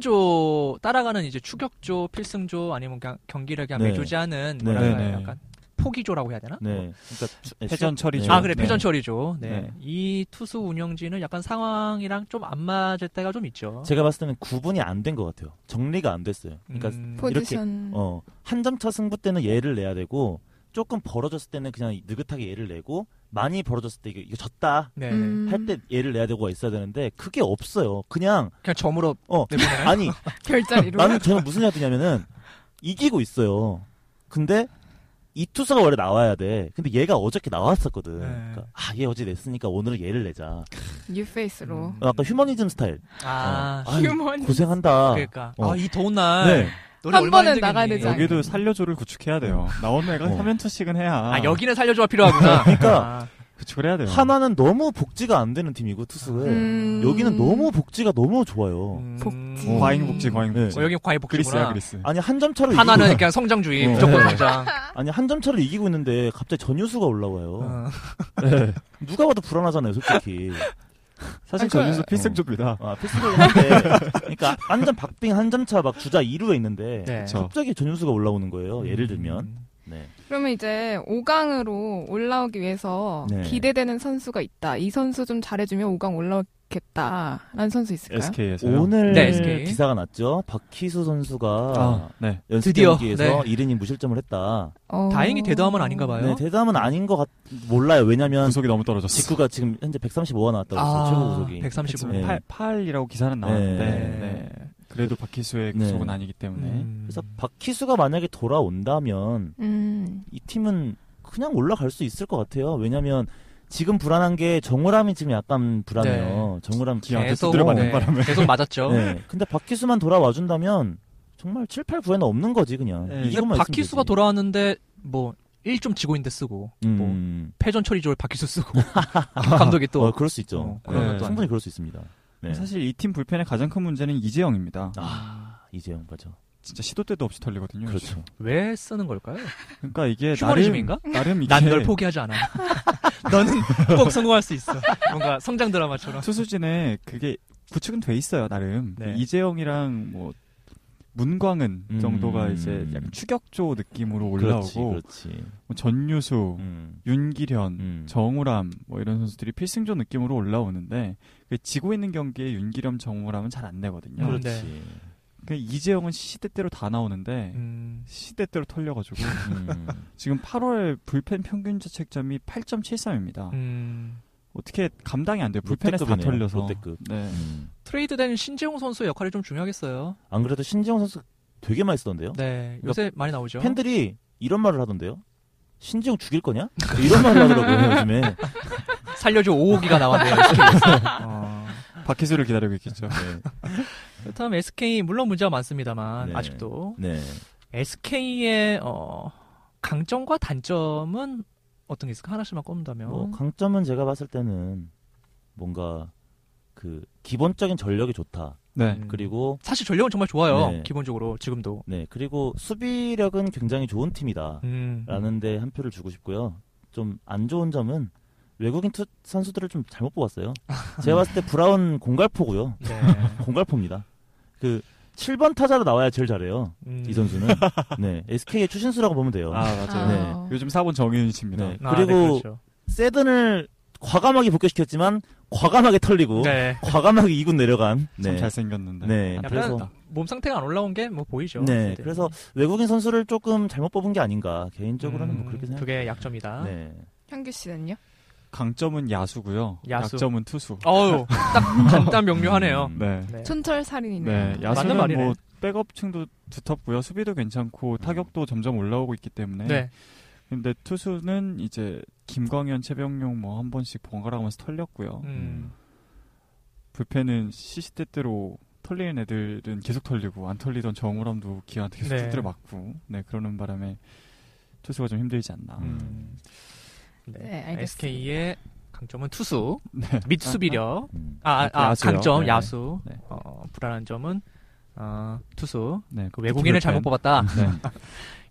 [SPEAKER 2] 필승조 따라가는 이제 추격조 필승조 아니면 그냥 경기력이 한
[SPEAKER 4] 네.
[SPEAKER 2] 매조지하는
[SPEAKER 4] 네.
[SPEAKER 2] 뭐랄까요
[SPEAKER 5] 네, 네.
[SPEAKER 2] 약간 포기조라고 해야 되나?
[SPEAKER 4] 네. 그러니까 추- 네,
[SPEAKER 5] 예, 패전 처리죠.
[SPEAKER 2] 아 그래
[SPEAKER 5] 네.
[SPEAKER 2] 패전 처리죠. 네.
[SPEAKER 5] 네.
[SPEAKER 2] 이 투수 운영진은 약간 상황이랑 좀 안 맞을 때가 좀 있죠.
[SPEAKER 4] 제가 봤을 때는 구분이 안 된 것 같아요. 정리가 안 됐어요. 그러니까
[SPEAKER 2] 음,
[SPEAKER 3] 포지션.
[SPEAKER 4] 어, 한 점 차 승부 때는 얘를 내야 되고 조금 벌어졌을 때는 그냥 느긋하게 얘를 내고 많이 벌어졌을 때 이거, 이거 졌다
[SPEAKER 2] 네.
[SPEAKER 3] 음.
[SPEAKER 4] 할 때 얘를 내야 되고가 있어야 되는데 그게 없어요. 그냥
[SPEAKER 2] 그냥 점으로
[SPEAKER 4] 어
[SPEAKER 3] 네.
[SPEAKER 2] 내보내요.
[SPEAKER 4] 아니
[SPEAKER 3] 별자리로.
[SPEAKER 4] 나는 저는 무슨 생각이냐면은 이기고 있어요. 근데 이 투수가 원래 나와야 돼. 근데 얘가 어저께 나왔었거든.
[SPEAKER 2] 네.
[SPEAKER 4] 그러니까 아, 얘 어제 냈으니까 오늘은 얘를 내자.
[SPEAKER 3] 뉴페이스로.
[SPEAKER 2] 음.
[SPEAKER 4] 아까 휴머니즘 스타일.
[SPEAKER 2] 아,
[SPEAKER 4] 어. 아이,
[SPEAKER 3] 휴머니즘
[SPEAKER 4] 고생한다.
[SPEAKER 2] 그러니까
[SPEAKER 4] 어.
[SPEAKER 2] 아, 이 더운 날
[SPEAKER 4] 네.
[SPEAKER 2] 노래
[SPEAKER 3] 한
[SPEAKER 2] 얼마나
[SPEAKER 3] 번은
[SPEAKER 2] 힘들겠니?
[SPEAKER 3] 나가야 되지 않겠니?
[SPEAKER 5] 여기도 살려줘를 구축해야 돼요. 나온 애가
[SPEAKER 4] 어.
[SPEAKER 5] 3연투씩은 해야.
[SPEAKER 2] 아 여기는 살려줘가 아, 필요하구나.
[SPEAKER 4] 그러니까
[SPEAKER 2] 아,
[SPEAKER 5] 구축을 해야 돼요.
[SPEAKER 4] 한화는 너무 복지가 안 되는 팀이고 투수가
[SPEAKER 3] 음.
[SPEAKER 4] 여기는 너무 복지가 너무 좋아요.
[SPEAKER 5] 네.
[SPEAKER 2] 음.
[SPEAKER 3] 복지.
[SPEAKER 2] 어,
[SPEAKER 5] 과잉 복지, 과잉
[SPEAKER 4] 네.
[SPEAKER 5] 복지.
[SPEAKER 2] 여기 과외 복지구나.
[SPEAKER 5] 그리스야, 그리스.
[SPEAKER 4] 아니 한 점 차로
[SPEAKER 2] 하나는
[SPEAKER 4] 이기고,
[SPEAKER 2] 그냥 성장주의
[SPEAKER 4] 어.
[SPEAKER 2] 무조건
[SPEAKER 4] 네.
[SPEAKER 2] 성장.
[SPEAKER 4] 아니 한 점 차로 이기고 있는데 갑자기 전유수가 올라와요.
[SPEAKER 2] 어.
[SPEAKER 4] 네. 누가 봐도 불안하잖아요, 솔직히.
[SPEAKER 5] 사실
[SPEAKER 2] 그러니까
[SPEAKER 3] 아니, 저-
[SPEAKER 5] 전유수 필승조입니다.
[SPEAKER 4] 아, 필승적인데 그러니까 완전 박빙 한 점 차 막 주자 2루에 있는데
[SPEAKER 2] 네. 음.
[SPEAKER 5] 그쵸.
[SPEAKER 4] 갑자기 전유수가 올라오는 어, 거예요. 예를
[SPEAKER 5] 음.
[SPEAKER 4] 들면. 네.
[SPEAKER 3] 그러면 이제 5강으로 올라오기 위해서
[SPEAKER 4] 네.
[SPEAKER 3] 기대되는 선수가 있다. 이 선수 좀 잘해주면 5강 올라오겠다라는 선수 있을까요?
[SPEAKER 5] SK에서요.
[SPEAKER 4] 오늘
[SPEAKER 2] 네, SK.
[SPEAKER 4] 기사가 났죠. 박희수 선수가
[SPEAKER 5] 아, 네.
[SPEAKER 4] 연습
[SPEAKER 2] 드디어,
[SPEAKER 4] 경기에서 1이닝 무실점을 했다.
[SPEAKER 3] 어.
[SPEAKER 2] 다행히 대담은 아닌가 봐요.
[SPEAKER 4] 네, 대담은 아닌 것 같, 몰라요. 왜냐면
[SPEAKER 5] 구속이 너무 떨어졌어.
[SPEAKER 4] 직구가 지금 현재 135가
[SPEAKER 2] 아,
[SPEAKER 4] 나왔다고 했어요.
[SPEAKER 5] 아,
[SPEAKER 4] 최고 구속이.
[SPEAKER 2] 135.
[SPEAKER 4] 네.
[SPEAKER 5] 8, 8이라고 기사는 나왔는데
[SPEAKER 4] 네.
[SPEAKER 5] 네. 그래도 박희수의
[SPEAKER 4] 네.
[SPEAKER 5] 구속은 아니기 때문에
[SPEAKER 2] 음.
[SPEAKER 4] 그래서 박희수가 만약에 돌아온다면
[SPEAKER 3] 음.
[SPEAKER 4] 이 팀은 그냥 올라갈 수 있을 것 같아요. 왜냐면 지금 불안한 게 정우람이 지금 약간
[SPEAKER 5] 네.
[SPEAKER 4] 불안해요. 정우람
[SPEAKER 5] 기아한테
[SPEAKER 2] 계속
[SPEAKER 5] 두드려 맞는
[SPEAKER 2] 네.
[SPEAKER 5] 바람에
[SPEAKER 2] 계속 맞았죠.
[SPEAKER 4] 네. 근데 박희수만 돌아와 준다면 정말 7, 8, 9에는 없는 거지 그냥.
[SPEAKER 5] 네.
[SPEAKER 2] 이게
[SPEAKER 4] 이것만
[SPEAKER 2] 박희수가
[SPEAKER 4] 있으면 되지.
[SPEAKER 2] 돌아왔는데 뭐 1점 지고 있는데 쓰고 뭐
[SPEAKER 4] 음.
[SPEAKER 2] 패전 처리 좋을 박희수 쓰고 감독이 또
[SPEAKER 4] 어, 그럴 수 있죠.
[SPEAKER 2] 어,
[SPEAKER 5] 그런 것도
[SPEAKER 4] 충분히 그럴 수 있습니다. 네.
[SPEAKER 5] 사실 이 팀 불펜의 가장 큰 문제는 이재영입니다.
[SPEAKER 4] 아, 이재영 맞아.
[SPEAKER 5] 진짜 시도 때도 없이 털리거든요.
[SPEAKER 4] 그렇죠.
[SPEAKER 2] 왜 쓰는 걸까요?
[SPEAKER 5] 그러니까 이게
[SPEAKER 2] 휴머니즘인가?
[SPEAKER 5] 나름 나름 이게
[SPEAKER 2] 난 널 포기하지 않아. 너는 꼭 성공할 수 있어. 뭔가 성장 드라마처럼.
[SPEAKER 5] 투수진에 그게 구축은 돼 있어요 나름
[SPEAKER 2] 네.
[SPEAKER 5] 이재영이랑 뭐 문광은
[SPEAKER 4] 음.
[SPEAKER 5] 정도가 이제 약간 추격조 느낌으로 올라오고
[SPEAKER 4] 그렇지, 그렇지.
[SPEAKER 5] 뭐 전유수,
[SPEAKER 4] 음.
[SPEAKER 5] 윤기련,
[SPEAKER 4] 음.
[SPEAKER 5] 정우람 뭐 이런 선수들이 필승조 느낌으로 올라오는데 그 지고 있는 경기에 윤기련, 정우람은 잘 안 내거든요.
[SPEAKER 2] 음.
[SPEAKER 4] 그렇지.
[SPEAKER 5] 그 이재영은 시대대로 다 나오는데
[SPEAKER 2] 음.
[SPEAKER 5] 시대대로 털려가지고
[SPEAKER 4] 음.
[SPEAKER 5] 지금 8월 불펜 평균 자책점이 8.73입니다.
[SPEAKER 2] 음.
[SPEAKER 5] 어떻게 감당이 안 돼요. 불펜에서 다
[SPEAKER 4] 롯데급이네요.
[SPEAKER 5] 털려서.
[SPEAKER 4] 롯데급.
[SPEAKER 5] 네.
[SPEAKER 4] 음.
[SPEAKER 2] 트레이드된 신재웅 선수의 역할이 좀 중요하겠어요.
[SPEAKER 4] 안 그래도 신지영 선수 되게 많이 쓰던데요.
[SPEAKER 2] 네, 요새 많이 나오죠.
[SPEAKER 4] 팬들이 이런 말을 하던데요. 신지영 죽일 거냐? 이런 말을 하더라고요 요즘에.
[SPEAKER 2] 살려줘 5호기가 나왔네요. SK에서. 어.
[SPEAKER 5] 박희수를 기다리고 있겠죠.
[SPEAKER 2] 그렇다면 SK 물론 문제가 많습니다만
[SPEAKER 4] 네.
[SPEAKER 2] 아직도
[SPEAKER 4] 네.
[SPEAKER 2] SK의 어, 강점과 단점은 어떤 게 있을까 하나씩만 꼽는다면
[SPEAKER 4] 뭐 강점은 제가 봤을 때는 뭔가 그 기본적인 전력이 좋다.
[SPEAKER 5] 네.
[SPEAKER 2] 음.
[SPEAKER 4] 그리고
[SPEAKER 2] 사실 전력은 정말 좋아요.
[SPEAKER 4] 네.
[SPEAKER 2] 기본적으로 지금도.
[SPEAKER 4] 네 그리고 수비력은 굉장히 좋은 팀이다.
[SPEAKER 2] 음.
[SPEAKER 4] 라는데 한 표를 주고 싶고요. 좀 안 좋은 점은 외국인 투 선수들을 좀 잘못 뽑았어요. 제가 봤을 때 브라운 공갈포고요.
[SPEAKER 2] 네.
[SPEAKER 4] 공갈포입니다. 그 7번 타자로 나와야 제일 잘해요.
[SPEAKER 2] 음.
[SPEAKER 4] 이 선수는 네 SK의 추신수라고 보면 돼요.
[SPEAKER 5] 아, 맞아요.
[SPEAKER 2] 네.
[SPEAKER 3] 아.
[SPEAKER 5] 요즘 4번 정인이칩니다.
[SPEAKER 4] 네.
[SPEAKER 2] 아,
[SPEAKER 4] 그리고
[SPEAKER 2] 네, 그렇죠.
[SPEAKER 4] 세든을 과감하게 복귀시켰지만 과감하게 털리고
[SPEAKER 2] 네.
[SPEAKER 4] 과감하게 2군 내려간.
[SPEAKER 5] 참
[SPEAKER 4] 네.
[SPEAKER 5] 잘생겼는데.
[SPEAKER 4] 네,
[SPEAKER 5] 안
[SPEAKER 4] 그래서-
[SPEAKER 5] 탔다.
[SPEAKER 2] 몸 상태가 안 올라온 게 뭐 보이죠.
[SPEAKER 4] 네,
[SPEAKER 2] 네.
[SPEAKER 4] 그래서 외국인 선수를 조금 잘못 뽑은 게 아닌가 개인적으로는 뭐
[SPEAKER 2] 음,
[SPEAKER 4] 그렇게 생각.
[SPEAKER 2] 그게 약점이다.
[SPEAKER 4] 네.
[SPEAKER 3] 현규 씨는요?
[SPEAKER 5] 강점은 야수고요.
[SPEAKER 2] 야수.
[SPEAKER 5] 약점은 투수.
[SPEAKER 2] 어우, 딱 간단 명료하네요.
[SPEAKER 4] 음,
[SPEAKER 5] 네.
[SPEAKER 2] 네.
[SPEAKER 5] 네.
[SPEAKER 3] 촌철살인이네요.
[SPEAKER 2] 맞는
[SPEAKER 5] 야수는
[SPEAKER 2] 말이네.
[SPEAKER 5] 뭐 백업층도 두텁고요. 수비도
[SPEAKER 4] 음.
[SPEAKER 5] 괜찮고 타격도 점점 올라오고 있기 때문에.
[SPEAKER 2] 네.
[SPEAKER 5] 근데 투수는 이제 김광현, 최병용 뭐 한 번씩 번갈아 가면서 털렸고요.
[SPEAKER 2] 음.
[SPEAKER 5] 불펜은 시시때때로 털리는 애들은 계속 털리고 안 털리던 정우람도 기아한테 계속
[SPEAKER 2] 네.
[SPEAKER 5] 두드려 맞고 네 그러는 바람에 투수가 좀 힘들지 않나
[SPEAKER 2] 음. 네.
[SPEAKER 3] 네, 알겠습니다.
[SPEAKER 2] SK의 강점은 투수,
[SPEAKER 4] 네.
[SPEAKER 2] 밑 수비력,
[SPEAKER 4] 음.
[SPEAKER 2] 아, 아, 아,
[SPEAKER 5] 야수요.
[SPEAKER 2] 강점
[SPEAKER 5] 네,
[SPEAKER 2] 야수,
[SPEAKER 5] 네.
[SPEAKER 2] 어, 불안한 점은 어, 투수,
[SPEAKER 5] 네,
[SPEAKER 2] 그 외국인을 잘못 뽑았다.
[SPEAKER 5] 네.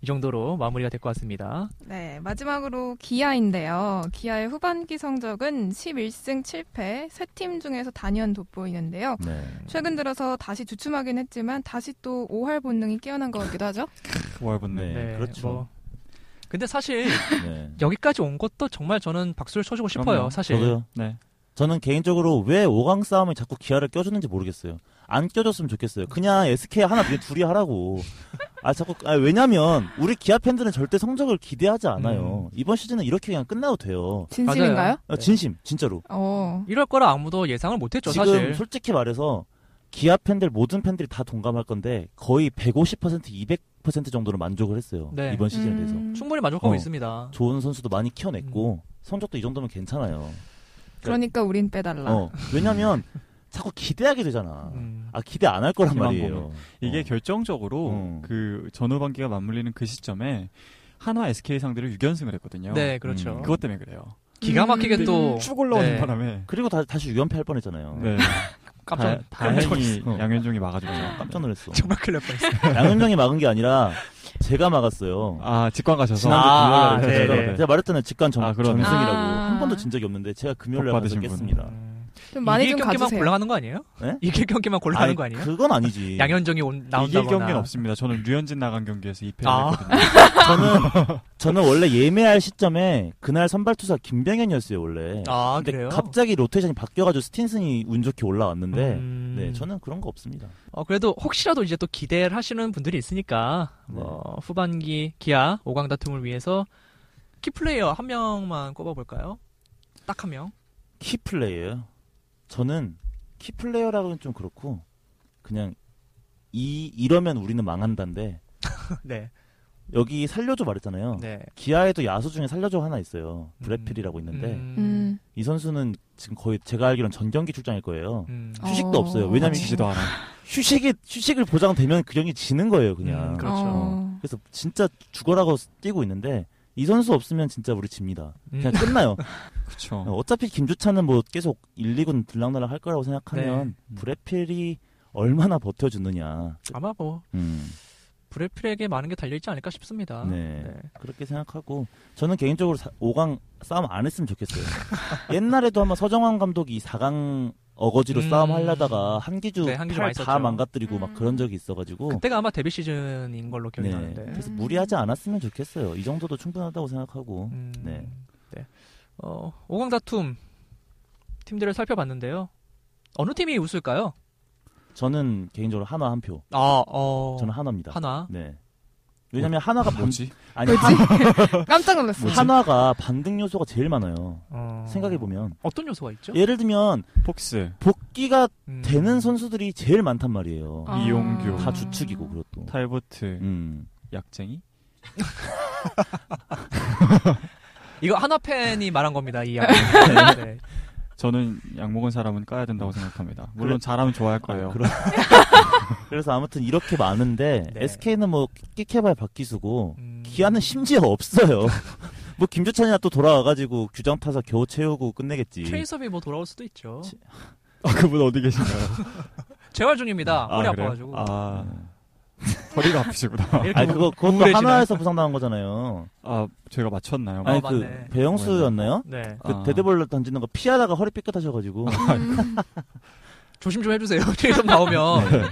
[SPEAKER 2] 이 정도로 마무리가 될 것 같습니다.
[SPEAKER 3] 네, 마지막으로 기아인데요. 기아의 후반기 성적은 11승 7패, 세 팀 중에서 단연 돋보이는데요.
[SPEAKER 4] 네.
[SPEAKER 3] 최근 들어서 다시 주춤하긴 했지만 다시 또 5할 본능이 깨어난 것 같기도 하죠.
[SPEAKER 5] 월분네.
[SPEAKER 4] 네, 그렇죠.
[SPEAKER 2] 뭐. 근데 사실
[SPEAKER 4] 네.
[SPEAKER 2] 여기까지 온 것도 정말 저는 박수를 쳐주고 싶어요.
[SPEAKER 5] 그럼요.
[SPEAKER 2] 사실
[SPEAKER 4] 저도요.
[SPEAKER 5] 네.
[SPEAKER 4] 저는 개인적으로 왜 5강 싸움에 자꾸 기아를 껴주는지 모르겠어요. 안 껴줬으면 좋겠어요. 그냥 SK 하나 그냥 둘이 하라고. 아 자꾸 아, 왜냐면 우리 기아 팬들은 절대 성적을 기대하지
[SPEAKER 2] 음.
[SPEAKER 4] 않아요. 이번 시즌은 이렇게 그냥 끝나도 돼요.
[SPEAKER 3] 진심인가요?
[SPEAKER 2] 네.
[SPEAKER 4] 아, 진심 진짜로.
[SPEAKER 3] 어.
[SPEAKER 2] 이럴 거라 아무도 예상을 못했죠.
[SPEAKER 4] 지금
[SPEAKER 2] 사실
[SPEAKER 4] 솔직히 말해서 기아 팬들 모든 팬들이 다 동감할 건데 거의 150% 200% 정도로 만족을 했어요.
[SPEAKER 2] 네.
[SPEAKER 4] 이번 시즌에 대해서
[SPEAKER 3] 음.
[SPEAKER 2] 충분히 만족하고
[SPEAKER 4] 어.
[SPEAKER 2] 있습니다.
[SPEAKER 4] 좋은 선수도 많이 키워냈고
[SPEAKER 5] 음.
[SPEAKER 4] 성적도 이 정도면 괜찮아요.
[SPEAKER 3] 그러니까 우린
[SPEAKER 5] 아.
[SPEAKER 3] 빼달라.
[SPEAKER 4] 어, 왜냐면 자꾸 기대하게 되잖아.
[SPEAKER 2] 음.
[SPEAKER 4] 아 기대 안 할 거란
[SPEAKER 5] 희망
[SPEAKER 4] 말이에요.
[SPEAKER 5] 이게
[SPEAKER 4] 어.
[SPEAKER 5] 결정적으로
[SPEAKER 4] 음.
[SPEAKER 5] 그 전후반기가 맞물리는 그 시점에 한화 SK 상대로 6연승을 했거든요.
[SPEAKER 2] 네, 그렇죠.
[SPEAKER 4] 음,
[SPEAKER 5] 그것 때문에 그래요.
[SPEAKER 3] 음.
[SPEAKER 2] 기가 막히게 또
[SPEAKER 5] 쭉 올라오는
[SPEAKER 2] 네.
[SPEAKER 5] 바람에
[SPEAKER 4] 그리고 다, 다시 유연패 할 뻔했잖아요.
[SPEAKER 5] 네.
[SPEAKER 2] 깜짝
[SPEAKER 5] 다, 행히
[SPEAKER 4] 놀랐어.
[SPEAKER 5] 양현종이 막아줬죠.
[SPEAKER 4] 깜짝 놀랐어.
[SPEAKER 2] 정말 큰일 날 뻔했어요.
[SPEAKER 4] 양현종이 막은 게 아니라 제가 막았어요.
[SPEAKER 5] 아 직관 가셔서
[SPEAKER 4] 지난주
[SPEAKER 2] 아,
[SPEAKER 4] 금요일에
[SPEAKER 2] 네,
[SPEAKER 4] 제가,
[SPEAKER 2] 네.
[SPEAKER 4] 제가 말했잖아요. 직관 정,
[SPEAKER 5] 아, 그러네.
[SPEAKER 4] 전승이라고
[SPEAKER 3] 아.
[SPEAKER 4] 한 번도 진 적이 없는데 제가 금요일에 가서
[SPEAKER 5] 복 받으신
[SPEAKER 4] 깼습니다.
[SPEAKER 3] 좀 많이
[SPEAKER 2] 이길
[SPEAKER 3] 좀
[SPEAKER 2] 경기만
[SPEAKER 3] 가주세요.
[SPEAKER 2] 골라가는 거 아니에요?
[SPEAKER 4] 네?
[SPEAKER 2] 이길 경기만 골라가는 거 아니에요?
[SPEAKER 4] 그건 예. 아니지.
[SPEAKER 2] 양현종이 온,
[SPEAKER 5] 이길
[SPEAKER 2] 나온다거나
[SPEAKER 5] 경기는 없습니다. 저는 류현진 나간 경기에서 2패를
[SPEAKER 2] 아.
[SPEAKER 5] 했거든요.
[SPEAKER 4] 저는 저는 원래 예매할 시점에 그날 선발 투수 김병현이었어요 원래.
[SPEAKER 2] 아
[SPEAKER 4] 근데
[SPEAKER 2] 그래요?
[SPEAKER 4] 갑자기 로테이션이 바뀌어가지고 스틴슨이 운 좋게 올라왔는데,
[SPEAKER 2] 음.
[SPEAKER 4] 네 저는 그런 거 없습니다.
[SPEAKER 2] 어, 그래도 혹시라도 이제 또 기대를 하시는 분들이 있으니까 뭐
[SPEAKER 4] 네.
[SPEAKER 2] 후반기 기아 5강 다툼을 위해서 키플레이어 한 명만 꼽아볼까요? 딱 한 명.
[SPEAKER 4] 키 플레이어요. 저는 키 플레이어라고는 좀 그렇고 그냥 이 이러면 우리는 망한다인데
[SPEAKER 2] 네.
[SPEAKER 4] 여기 살려줘 말했잖아요.
[SPEAKER 2] 네.
[SPEAKER 4] 기아에도 야수 중에 살려줘 하나 있어요. 브래필이라고 있는데
[SPEAKER 3] 음.
[SPEAKER 4] 이 선수는 지금 거의 제가 알기로는 전 경기 출장일 거예요.
[SPEAKER 2] 음.
[SPEAKER 4] 휴식도
[SPEAKER 3] 어.
[SPEAKER 4] 없어요. 왜냐면
[SPEAKER 5] 지지도 않아.
[SPEAKER 4] 휴식이 휴식을 보장되면 그 경기 지는 거예요, 그냥.
[SPEAKER 2] 음, 그렇죠.
[SPEAKER 3] 어.
[SPEAKER 4] 그래서 진짜 죽어라고 뛰고 있는데 이 선수 없으면 진짜 우리 집니다. 그냥
[SPEAKER 2] 음.
[SPEAKER 4] 끝나요.
[SPEAKER 5] 그렇죠.
[SPEAKER 4] 어차피 김주찬은 뭐 계속 1, 2군 들락날락 할 거라고
[SPEAKER 2] 네.
[SPEAKER 4] 생각하면
[SPEAKER 2] 음.
[SPEAKER 4] 브레필이 얼마나 버텨주느냐.
[SPEAKER 2] 아마 뭐
[SPEAKER 4] 음,
[SPEAKER 2] 브래필에게 많은 게 달려있지 않을까 싶습니다.
[SPEAKER 4] 네. 그렇게 생각하고 저는 개인적으로 5강 싸움 안 했으면 좋겠어요. 옛날에도 한번 서정환 감독이 4강 어거지로
[SPEAKER 2] 음.
[SPEAKER 4] 싸움 하려다가 한기주
[SPEAKER 2] 네, 한기주
[SPEAKER 4] 팔
[SPEAKER 2] 많이
[SPEAKER 4] 다
[SPEAKER 2] 썼죠.
[SPEAKER 4] 망가뜨리고 막
[SPEAKER 3] 음.
[SPEAKER 4] 그런 적이 있어가지고
[SPEAKER 2] 그때가 아마 데뷔 시즌인 걸로 기억이
[SPEAKER 4] 네.
[SPEAKER 2] 나는데.
[SPEAKER 4] 그래서 무리하지 않았으면 좋겠어요. 이 정도도 충분하다고 생각하고
[SPEAKER 2] 음,
[SPEAKER 4] 네.
[SPEAKER 2] 네. 어, 5강 다툼 팀들을 살펴봤는데요. 어느 팀이 웃을까요?
[SPEAKER 4] 저는 개인적으로 한화 한 표.
[SPEAKER 2] 아, 어.
[SPEAKER 4] 저는 한화입니다.
[SPEAKER 2] 하나.
[SPEAKER 4] 네. 왜냐면 한화가 반,
[SPEAKER 5] 뭐지?
[SPEAKER 4] 아니
[SPEAKER 3] 뭐지?
[SPEAKER 4] 한-
[SPEAKER 3] 깜짝 놀랐어. 요
[SPEAKER 4] 한화가 반등 요소가 제일 많아요.
[SPEAKER 2] 어.
[SPEAKER 4] 생각해 보면
[SPEAKER 2] 어떤 요소가 있죠?
[SPEAKER 4] 예를 들면
[SPEAKER 5] 폭스,
[SPEAKER 4] 복귀가
[SPEAKER 2] 음.
[SPEAKER 4] 되는 선수들이 제일 많단 말이에요.
[SPEAKER 3] 아.
[SPEAKER 5] 이용규.
[SPEAKER 4] 다 주축이고 그것도.
[SPEAKER 5] 탈보트,
[SPEAKER 4] 음.
[SPEAKER 5] 약쟁이.
[SPEAKER 2] 이거 하나 팬이 말한 겁니다. 이 양반. 네.
[SPEAKER 5] 저는 약 먹은 사람은 까야 된다고 생각합니다. 물론
[SPEAKER 4] 음. 그래-
[SPEAKER 5] 잘하면 좋아할 거예요.
[SPEAKER 4] 그럼- 그래서 아무튼 이렇게 많은데
[SPEAKER 2] 네.
[SPEAKER 4] SK는 뭐 끼케발 박기수고
[SPEAKER 2] 음.
[SPEAKER 4] 기아는 심지어 없어요. 뭐 김주찬이나 또 돌아와가지고 규정 타서 겨우 채우고 끝내겠지.
[SPEAKER 2] 최희섭이 뭐 돌아올 수도 있죠.
[SPEAKER 4] 치-
[SPEAKER 5] 아, 그분 어디 계신가요?
[SPEAKER 2] 재활 중입니다. 허리
[SPEAKER 5] 아, 그래요?
[SPEAKER 2] 아파가지고. 네,
[SPEAKER 5] 아,
[SPEAKER 4] 네.
[SPEAKER 5] 허리가 아프시구나.
[SPEAKER 2] 이렇게 뭐-
[SPEAKER 4] 아
[SPEAKER 2] 우-
[SPEAKER 4] 그거 그것도
[SPEAKER 2] 우울해지나요?
[SPEAKER 4] 하나에서 부상당한 거잖아요.
[SPEAKER 5] 아, 제가 맞췄나요?
[SPEAKER 4] 아니
[SPEAKER 2] 맞네.
[SPEAKER 4] 그 배영수였나요?
[SPEAKER 2] 네.
[SPEAKER 4] 그
[SPEAKER 5] 아.
[SPEAKER 4] 데드볼 던지는 거 피하다가 허리 삐끗하셔가지고
[SPEAKER 2] 조심 좀 해주세요. 최희섭 나오면
[SPEAKER 4] 네.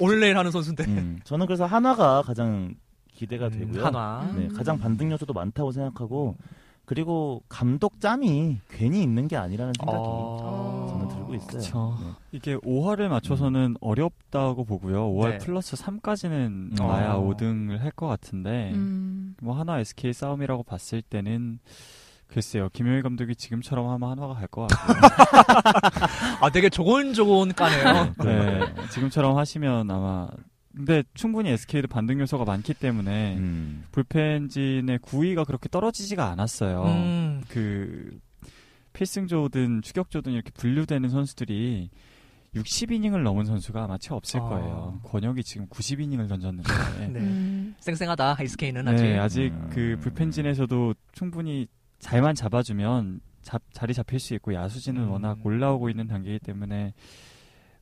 [SPEAKER 2] 오늘 내일 하는 선수인데.
[SPEAKER 4] 음, 저는 그래서 한화가 가장
[SPEAKER 2] 음,
[SPEAKER 4] 기대가 되고요.
[SPEAKER 2] 하나.
[SPEAKER 4] 네, 가장 반등 요소도 많다고 생각하고 그리고 감독 짬이 괜히 있는 게 아니라는 생각이
[SPEAKER 2] 어.
[SPEAKER 4] 저는 들고 있어요.
[SPEAKER 5] 그쵸.
[SPEAKER 4] 네.
[SPEAKER 5] 이게 5화를 맞춰서는 어렵다고 보고요. 5화
[SPEAKER 2] 네.
[SPEAKER 5] 플러스 3까지는
[SPEAKER 4] 음. 음.
[SPEAKER 5] 나야
[SPEAKER 2] 어.
[SPEAKER 5] 5등을 할 것 같은데
[SPEAKER 3] 음.
[SPEAKER 5] 뭐 하나 SK 싸움이라고 봤을 때는 글쎄요. 김용희 감독이 지금처럼 하면 한화가 갈 것 같아요.
[SPEAKER 2] 아, 되게 조곤조곤 까네요.
[SPEAKER 5] 네, 지금처럼 하시면 아마 근데 충분히 SK도 반등 요소가 많기 때문에
[SPEAKER 4] 음.
[SPEAKER 5] 불펜진의 구위가 그렇게 떨어지지가 않았어요.
[SPEAKER 2] 음.
[SPEAKER 5] 그 필승조든 추격조든 이렇게 분류되는 선수들이 60이닝을 넘은 선수가 아마 채 없을
[SPEAKER 2] 아.
[SPEAKER 5] 거예요. 권혁이 지금 90이닝을 던졌는데.
[SPEAKER 2] 네.
[SPEAKER 3] 음.
[SPEAKER 2] 쌩쌩하다 SK는 아직.
[SPEAKER 5] 네, 아직
[SPEAKER 4] 음.
[SPEAKER 5] 그 불펜진에서도 충분히 잘만 잡아주면 잡- 자리 잡힐 수 있고 야수진은
[SPEAKER 2] 음.
[SPEAKER 5] 워낙 올라오고 있는 단계이기 때문에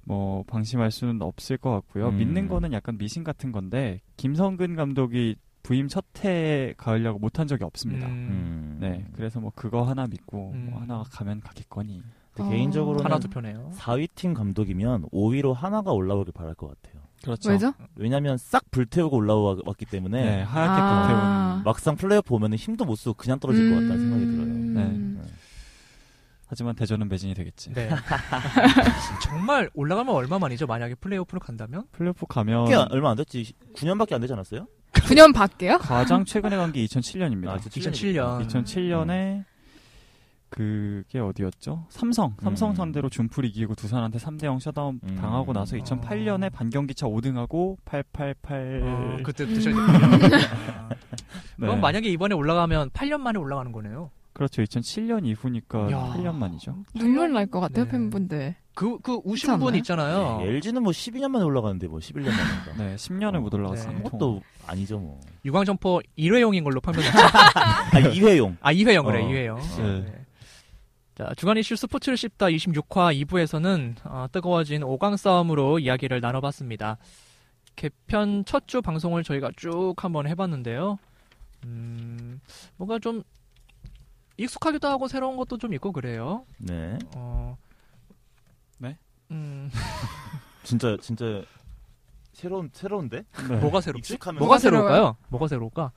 [SPEAKER 5] 뭐 방심할 수는 없을 것 같고요.
[SPEAKER 4] 음.
[SPEAKER 5] 믿는 거는 약간 미신 같은 건데 김성근 감독이 부임 첫해 가을야구 못한 적이 없습니다.
[SPEAKER 2] 음.
[SPEAKER 4] 음.
[SPEAKER 5] 네, 그래서 뭐 그거 하나 믿고
[SPEAKER 2] 음.
[SPEAKER 5] 뭐 하나 가면 가겠거니.
[SPEAKER 4] 근데
[SPEAKER 3] 어.
[SPEAKER 5] 음.
[SPEAKER 4] 개인적으로는
[SPEAKER 2] 하나 두 표네요.
[SPEAKER 4] 4위 팀 감독이면 5위로 하나가 올라오길 바랄 것 같아요.
[SPEAKER 5] 그렇죠.
[SPEAKER 3] 왜죠?
[SPEAKER 4] 왜냐하면 싹 불태우고 올라왔기 때문에
[SPEAKER 5] 네, 하얗게
[SPEAKER 3] 아.
[SPEAKER 5] 불태운.
[SPEAKER 4] 막상 플레이오프 보면 힘도 못 쓰고 그냥 떨어질 것 같다는 생각이
[SPEAKER 3] 음.
[SPEAKER 4] 들어요.
[SPEAKER 5] 네.
[SPEAKER 4] 네.
[SPEAKER 5] 하지만 대전은 매진이 되겠지.
[SPEAKER 2] 네. 정말 올라가면 얼마만이죠? 만약에 플레이오프로 간다면?
[SPEAKER 5] 플레이오프 가면
[SPEAKER 4] 꽤 얼마 안 됐지 9년밖에 안 되지 않았어요?
[SPEAKER 3] 9년 밖에요?
[SPEAKER 5] 가장 최근에 간 게 2007년입니다.
[SPEAKER 4] 아, 진짜
[SPEAKER 2] 2007년.
[SPEAKER 5] 2007년에 그게 어디였죠? 삼성. 삼성 상대로 준풀 이기고 두산한테 3대 0 셧다운
[SPEAKER 4] 음.
[SPEAKER 5] 당하고 나서
[SPEAKER 4] 어.
[SPEAKER 5] 2008년에 반경기차 5등하고 888.
[SPEAKER 2] 어, 그때 드셔.
[SPEAKER 5] 음. 네.
[SPEAKER 2] 그럼 만약에 이번에 올라가면 8년 만에 올라가는 거네요.
[SPEAKER 5] 그렇죠. 2007년 이후니까
[SPEAKER 2] 야.
[SPEAKER 5] 8년 만이죠.
[SPEAKER 3] 눈물 날 것 같아요
[SPEAKER 2] 네.
[SPEAKER 3] 팬분들.
[SPEAKER 2] 그, 그
[SPEAKER 3] 그렇지
[SPEAKER 2] 우신 분
[SPEAKER 3] 않나요?
[SPEAKER 2] 있잖아요.
[SPEAKER 4] LG는 뭐 12년 만에 올라가는데 뭐 11년 만인가.
[SPEAKER 5] 네, 10년을 못 올라갔어요.
[SPEAKER 2] 네.
[SPEAKER 4] 그것도 아니죠 뭐.
[SPEAKER 2] 유광점퍼 1회용인 걸로 판명났죠.
[SPEAKER 4] 아 이회용.
[SPEAKER 2] 아, 2회용 그래,
[SPEAKER 4] 어.
[SPEAKER 2] 2회용.
[SPEAKER 5] 네.
[SPEAKER 2] 네. 자, 주간 이슈 스포츠를 씹다 26화 2부에서는 어, 뜨거워진 5강 싸움으로 이야기를 나눠봤습니다. 개편 첫 주 방송을 저희가 쭉 한번 해봤는데요. 음, 뭔가 좀 익숙하기도 하고 새로운 것도 좀 있고 그래요.
[SPEAKER 4] 네.
[SPEAKER 2] 어,
[SPEAKER 5] 네?
[SPEAKER 2] 음,
[SPEAKER 4] 진짜 진짜 새로운 새로운데?
[SPEAKER 5] 네.
[SPEAKER 2] 뭐가 새롭지?
[SPEAKER 4] 익숙하면
[SPEAKER 2] 뭐가
[SPEAKER 3] 뭐가
[SPEAKER 2] 새로울까요? 뭐가 새로울까?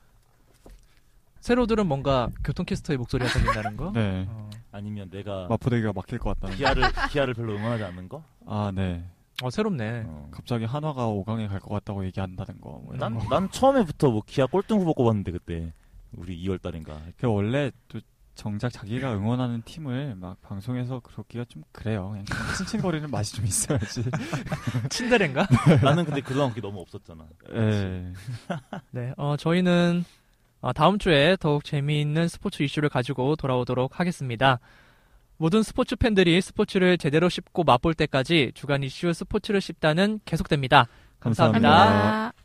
[SPEAKER 2] 새로들은 뭔가 교통캐스터의 목소리가 들린다는 거?
[SPEAKER 5] 네.
[SPEAKER 2] 어,
[SPEAKER 4] 아니면 내가
[SPEAKER 5] 마포대교가 막힐 것 같다는.
[SPEAKER 4] 기아를 기아를 별로 응원하지 않는 거?
[SPEAKER 5] 아, 네.
[SPEAKER 2] 어, 새롭네.
[SPEAKER 4] 어.
[SPEAKER 5] 갑자기 한화가 5강에 갈 것 같다고 얘기한다는 거. 뭐 이런
[SPEAKER 4] 난,
[SPEAKER 5] 거.
[SPEAKER 4] 난 처음에부터 뭐 기아 꼴등 후보 꼽았는데 그때 우리 2월 달인가
[SPEAKER 5] 그 원래 또 정작 자기가 응원하는 팀을 막 방송에서 그렇기가 좀 그래요. 그냥 칭칭거리는 맛이 좀 있어야지.
[SPEAKER 2] 친데레인가?
[SPEAKER 4] 나는 근데 그동안 그게 너무 없었잖아
[SPEAKER 5] 예.
[SPEAKER 2] 네, 어, 저희는 어, 다음 주에 더욱 재미있는 스포츠 이슈를 가지고 돌아오도록 하겠습니다. 모든 스포츠 팬들이 스포츠를 제대로 씹고 맛볼 때까지 주간 이슈 스포츠를 씹다는 계속됩니다. 감사합니다.
[SPEAKER 5] 감사합니다.
[SPEAKER 3] 감사합니다.